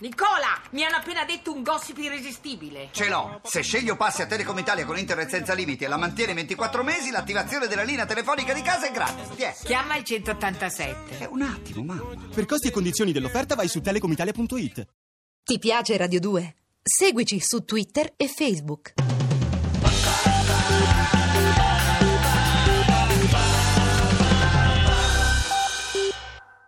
Nicola, mi hanno appena detto un gossip irresistibile. Ce l'ho. Se sceglio passi a Telecom Italia con internet senza limiti e la mantieni 24 mesi, l'attivazione della linea telefonica di casa è gratis. Tiè. Chiama il 187. Eh, un attimo, mamma. Per costi e condizioni dell'offerta vai su telecomitalia.it. Ti piace Radio 2? Seguici su Twitter e Facebook.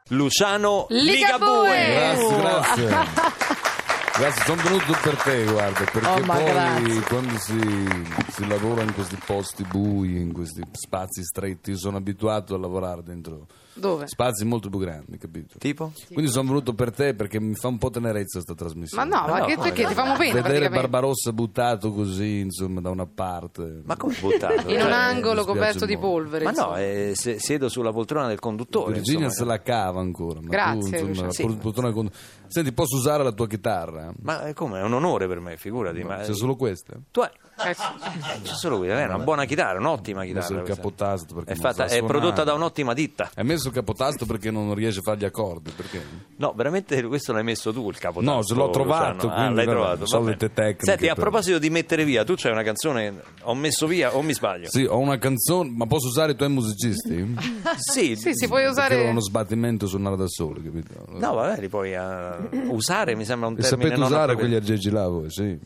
Luciano Ligabue. Ligabue. Grazie, grazie. Grazie, sono venuto per te, guarda, perché Oh, ma poi grazie. quando si, si lavora in questi posti bui, in questi spazi stretti, io sono abituato a lavorare dentro Dove? spazi molto più grandi, capito? Tipo? Quindi sono venuto per te perché mi fa un po' tenerezza sta trasmissione. Ma Eh no, ma no, che, no, perché no. ti famo pena Vedere praticamente? Barbarossa buttato così, insomma, da una parte. Ma come buttato? In Cioè, un Eh, angolo mi spiace coperto di molto. polvere. Ma no, insomma. eh, se- siedo sulla poltrona del conduttore. Virginia insomma. se la cava ancora. Ma Grazie, tu, Luciano. insomma, Sì. pur- pur- con- Senti, posso usare la tua chitarra? Ma eh, come? È un onore per me, figurati. Ma, eh, C'è solo questa? Tu hai... Eh, sì. C'è solo quella, è una buona chitarra, un'ottima Messo chitarra. il questa. capotasto perché È, non fatta- sa è suonare. prodotta da un'ottima ditta. Hai messo il capotasto perché non riesce a fare gli accordi? Perché? No, veramente questo l'hai messo tu il capotasto. No, se l'ho trovato, Luciano. Ah, quindi l'hai vabbè, trovato. va solite bene. tecniche Senti, a per- proposito di mettere via, tu c'hai una canzone, ho messo via o mi sbaglio? Sì, ho una canzone, ma posso usare i tuoi Mm. musicisti? Sì, Sì, si può Perché era usare... uno sbattimento suonare da solo, capito? No, vabbè, li puoi eh, usare, mi sembra un E termine sapete non usare appropriato. quegli aggeggi là voi, sì.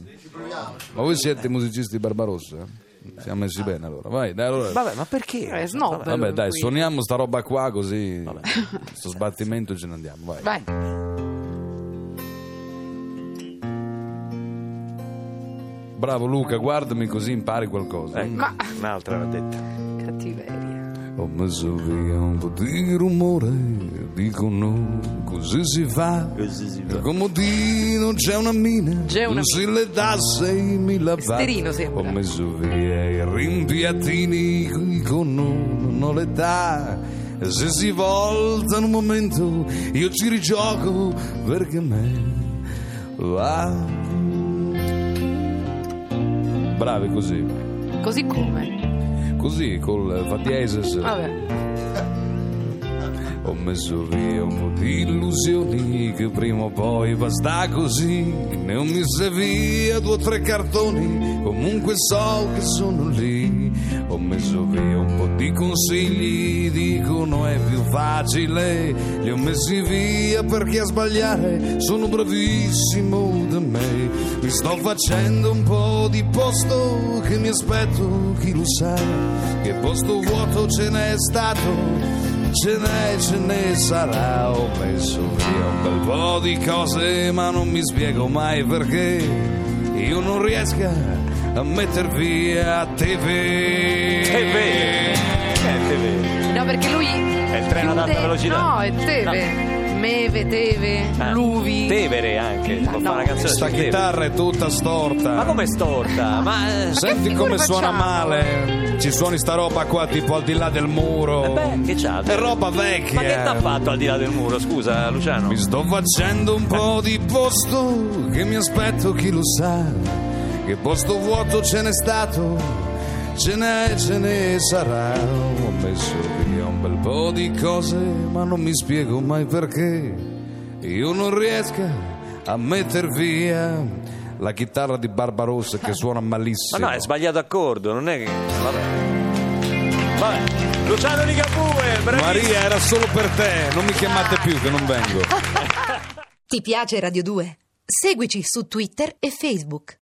Ma voi siete musicisti di Barbarossa? Siamo Ah. messi bene allora. Vai, dai allora. Vabbè, ma perché? Eh, snob. Vabbè. Vabbè, dai, Qui. suoniamo sta roba qua così. Sto sbattimento ce ne andiamo, vai. Vai. Bravo Luca, guardami così impari qualcosa. Ecco, Ma- un'altra l'ha detta. Cattiveria. Ho messo via un po' di rumore, dicono così si fa. Il comodino c'è una mina, C'è una non si le dà 6.000 watt. Sterino sembra. Ho messo via i rimpiattini, dicono non ho l'età. Se si volta un momento, io ci rigioco perché a me va. Bravi così, Così come? così col fa diesis. Vabbè. Ho messo via un po' di illusioni che prima o poi basta così. Ne ho messe via due o tre cartoni, comunque so che sono lì. Ho messo via un po' di consigli, dicono è più facile. Li ho messi via perché a sbagliare sono bravissimo da me. Mi sto facendo un po' di posto che mi aspetto, chi lo sa, che posto vuoto ce n'è stato. Ce n'è, ce ne sarà, ho messo via un bel po' di cose, ma non mi spiego mai perché io non riesca a metter via TV. Teve! Teve! No, perché lui... È il treno ad alta velocità. Eh. No, è Teve. Meve, Teve, Luvi. Tevere anche, si può fare una canzone Sta su Tevere. chitarra è tutta storta. Cioè, Ma com'è storta? Ma... eh, Senti figura come suona facciamo? male. Ci suoni sta roba qua tipo al di là del muro. Eh Beh, che c'ha? È roba vecchia. Ma che t'ha fatto al di là del muro, scusa Luciano? Mi sto facendo un po' di posto che mi aspetto chi lo sa. Che posto vuoto ce n'è stato, ce n'è, ce ne sarà. Ho messo via un bel po' di cose, ma non mi spiego mai perché. Io non riesco a metter via la chitarra di Barbarossa che suona Ma malissimo. no, è sbagliato accordo, non è che... Vabbè. Vabbè. Luciano Ligabue, bravissimo! Maria era solo per te, non mi chiamate più che non vengo. Ti piace Radio 2? Seguici su Twitter e Facebook.